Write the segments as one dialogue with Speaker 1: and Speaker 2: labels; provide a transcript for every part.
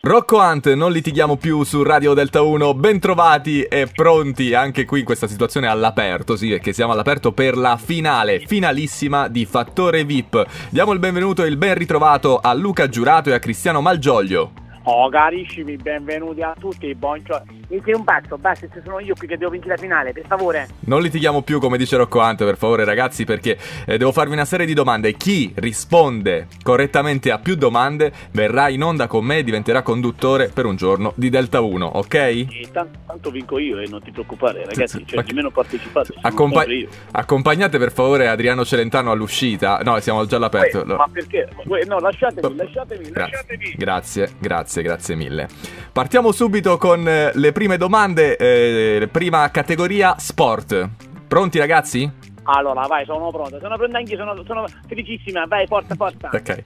Speaker 1: Rocco Hunt, non litighiamo più su Radio Delta 1, bentrovati e pronti anche qui in questa situazione all'aperto, sì, perché siamo all'aperto per la finale, finalissima di Fattore VIP. Diamo il benvenuto e il ben ritrovato a Luca Giurato e a Cristiano Malgioglio.
Speaker 2: Oh carissimi, benvenuti a tutti, buongiorno.
Speaker 3: Metti un pazzo, basta, se sono io qui che devo vincere la finale, per favore.
Speaker 1: Non litighiamo più, come dice Rocco Hunt, per favore, ragazzi, perché eh, devo farvi una serie di domande. Chi risponde correttamente a più domande verrà in onda con me e diventerà conduttore per un giorno di Delta 1, ok?
Speaker 4: E tan- tanto vinco io e non ti preoccupare, ragazzi,
Speaker 1: Ma
Speaker 4: cioè
Speaker 1: che-
Speaker 4: di meno partecipate, sono
Speaker 1: Accompa-
Speaker 4: sempre io.
Speaker 1: accompagnate per favore Adriano Celentano all'uscita. No, siamo già all'aperto.
Speaker 4: Eh, Ma perché? Eh, No, lasciatemi, lasciatemi,
Speaker 1: Grazie,
Speaker 4: lasciatemi.
Speaker 1: grazie, grazie, grazie mille. Partiamo subito con eh, le prime domande. eh, prima categoria sport. Pronti ragazzi?
Speaker 2: Allora, vai, sono pronto. Sono pronto anch'io, sono, sono felicissima. Vai, forza, forza.
Speaker 1: Ok.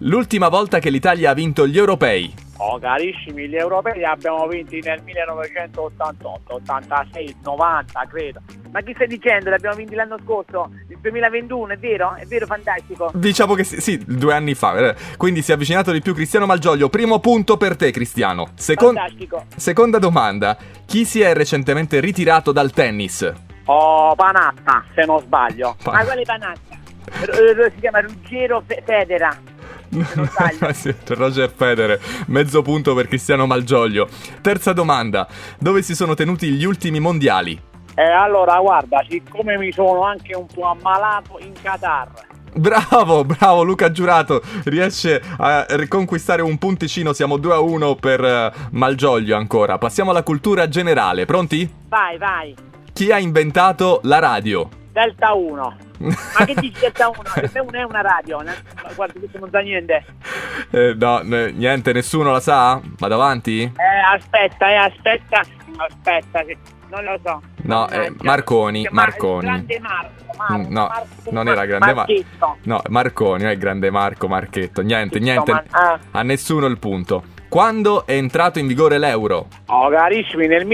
Speaker 1: L'ultima volta che l'Italia ha vinto gli europei.
Speaker 2: Oh, carissimi, gli europei li abbiamo vinti nel 1988, 86, 90, credo.
Speaker 3: Ma chi stai dicendo? L'abbiamo vinti l'anno scorso, il 2021, è vero? È vero, fantastico.
Speaker 1: Diciamo che sì, sì, due anni fa. eh. Quindi si è avvicinato di più Cristiano Malgioglio. Primo punto per te Cristiano. Secon-
Speaker 2: Fantastico.
Speaker 1: seconda domanda. Chi si è recentemente ritirato dal tennis?
Speaker 2: Oh, Panatta, se non sbaglio. Eh,
Speaker 1: Pa-
Speaker 3: Ma quale panaccia? R- r- si chiama Ruggero Fe- Federa. non sbaglio.
Speaker 1: Sì, Roger Federer, mezzo punto per Cristiano Malgioglio. Terza domanda, dove si sono tenuti gli ultimi mondiali?
Speaker 2: E allora, guarda, siccome mi sono anche un po' ammalato in Qatar.
Speaker 1: Bravo, bravo Luca Giurato, riesce a riconquistare un punticino, siamo 2 a 1 per eh, Malgioglio ancora. Passiamo alla cultura generale, pronti?
Speaker 3: Vai, vai.
Speaker 1: Chi ha inventato la radio?
Speaker 2: Delta 1.
Speaker 3: Ma che dici Delta 1? Delta 1 è una radio, no?
Speaker 2: Ma Guarda, questo non sa niente.
Speaker 1: Eh, no, n- niente, nessuno la sa? Vado avanti?
Speaker 2: Eh, aspetta, eh, aspetta. Aspetta, che non lo so.
Speaker 1: No, eh,
Speaker 2: Mannaggia.
Speaker 1: Marconi,
Speaker 2: Che Mar-
Speaker 1: Marconi. Mm,
Speaker 2: Grande Marco, Marco,
Speaker 1: No,
Speaker 2: Marco,
Speaker 1: non era grande Mar-
Speaker 2: Marchetto.
Speaker 1: No, Marconi, non è grande Marco Marchetto, niente,
Speaker 2: Insomma,
Speaker 1: niente.
Speaker 2: ah.
Speaker 1: A nessuno il punto. Quando è entrato in vigore l'euro?
Speaker 2: Oh, carissimi, nel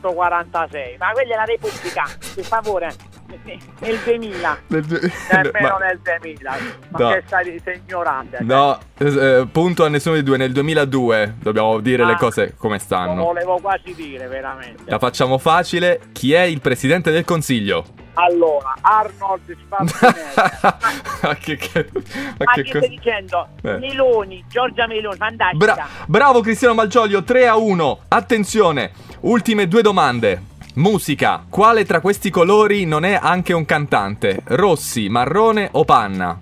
Speaker 2: 1946. Ma
Speaker 3: Ma quella è la Repubblica, per favore. Nel 2000.
Speaker 2: nemmeno
Speaker 1: Ma-
Speaker 2: Ah, eh, nel 2000. Ma
Speaker 1: No.
Speaker 2: che stai, sei ignorante.
Speaker 1: No, eh, eh, punto a nessuno dei due. Nel 2002 dobbiamo dire le
Speaker 2: Ah. Oh,
Speaker 1: cose come
Speaker 2: Lo
Speaker 1: stanno.
Speaker 2: volevo quasi dire, veramente.
Speaker 1: La facciamo facile. Chi è il presidente del consiglio?
Speaker 2: Allora, Arnold Schwarzenegger.
Speaker 1: ma che, che- ma
Speaker 3: Ma
Speaker 1: che
Speaker 3: che
Speaker 1: co-
Speaker 3: stai dicendo?
Speaker 1: Eh.
Speaker 3: Meloni, Giorgia Meloni, fantastica.
Speaker 1: Bra- bravo Cristiano Malgioglio, 3 a 1. Attenzione, ultime due domande. Musica, quale tra questi colori non è anche un cantante? Rossi, marrone o panna?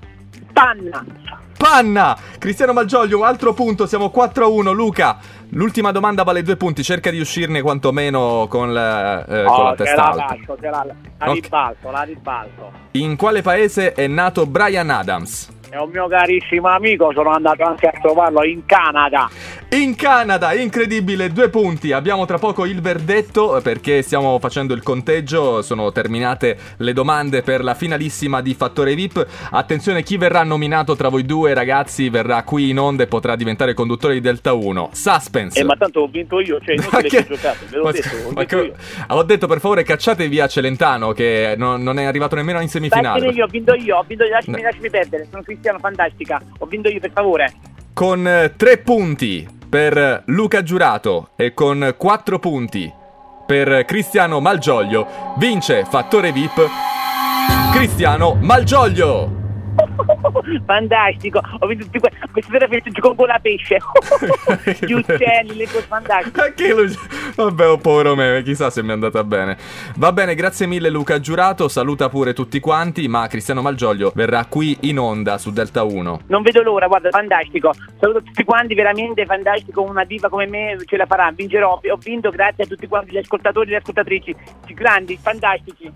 Speaker 3: Panna.
Speaker 1: Eh, Panna! Cristiano Malgioglio, un altro punto, siamo 4 a 1, Luca. L'ultima domanda vale due punti, cerca di uscirne quantomeno con la, eh, con la
Speaker 2: Oh, te
Speaker 1: testa
Speaker 2: la
Speaker 1: alta.
Speaker 2: lascio, te la, la
Speaker 1: Ok.
Speaker 2: ribalto, la ribalto.
Speaker 1: In quale paese è nato Brian Adams?
Speaker 2: È un mio carissimo amico, sono andato anche a trovarlo in Canada. Eh,
Speaker 1: In Canada, incredibile, due punti. Abbiamo tra poco il verdetto eh, perché stiamo facendo il conteggio, sono terminate le domande per la finalissima di Fattore VIP. Attenzione, chi verrà nominato tra voi due ragazzi verrà qui in onda e potrà diventare conduttore di Delta 1. Suspense.
Speaker 4: Eh, ma tanto ho vinto io, cioè non
Speaker 1: Ma
Speaker 4: che...
Speaker 1: che-
Speaker 4: che giocate, ve l'ho
Speaker 1: ma
Speaker 4: detto,
Speaker 1: scu-
Speaker 4: ho
Speaker 1: ma
Speaker 4: vinto
Speaker 1: che-
Speaker 4: io.
Speaker 1: Ho detto per favore cacciate via Celentano che non, non è arrivato nemmeno in semifinale.
Speaker 3: Vattene io, ho vinto io, ho vinto io, lasciami,
Speaker 1: No.
Speaker 3: lasciami perdere, sono Cristiano, fantastica. Ho vinto io, per favore.
Speaker 1: Con eh, tre punti per Luca Giurato e con eh, quattro punti per Cristiano Malgioglio vince Fattore VIP Cristiano Malgioglio.
Speaker 3: Fantastico, ho vinto tutti que- questi tre film gioco con la pesce. Gli uccelli, le cose fantastiche.
Speaker 1: Anche lui. Vabbè, ho povero me, chissà se mi è andata bene. Va bene, grazie mille Luca Giurato, saluta pure tutti quanti, ma Cristiano Malgioglio verrà qui in onda su Delta 1.
Speaker 3: Non vedo l'ora, guarda, fantastico. Saluto tutti quanti, veramente fantastico. Una diva come me ce la farà, vincerò. Ho vinto grazie a tutti quanti gli ascoltatori e le ascoltatrici. Grandi, fantastici.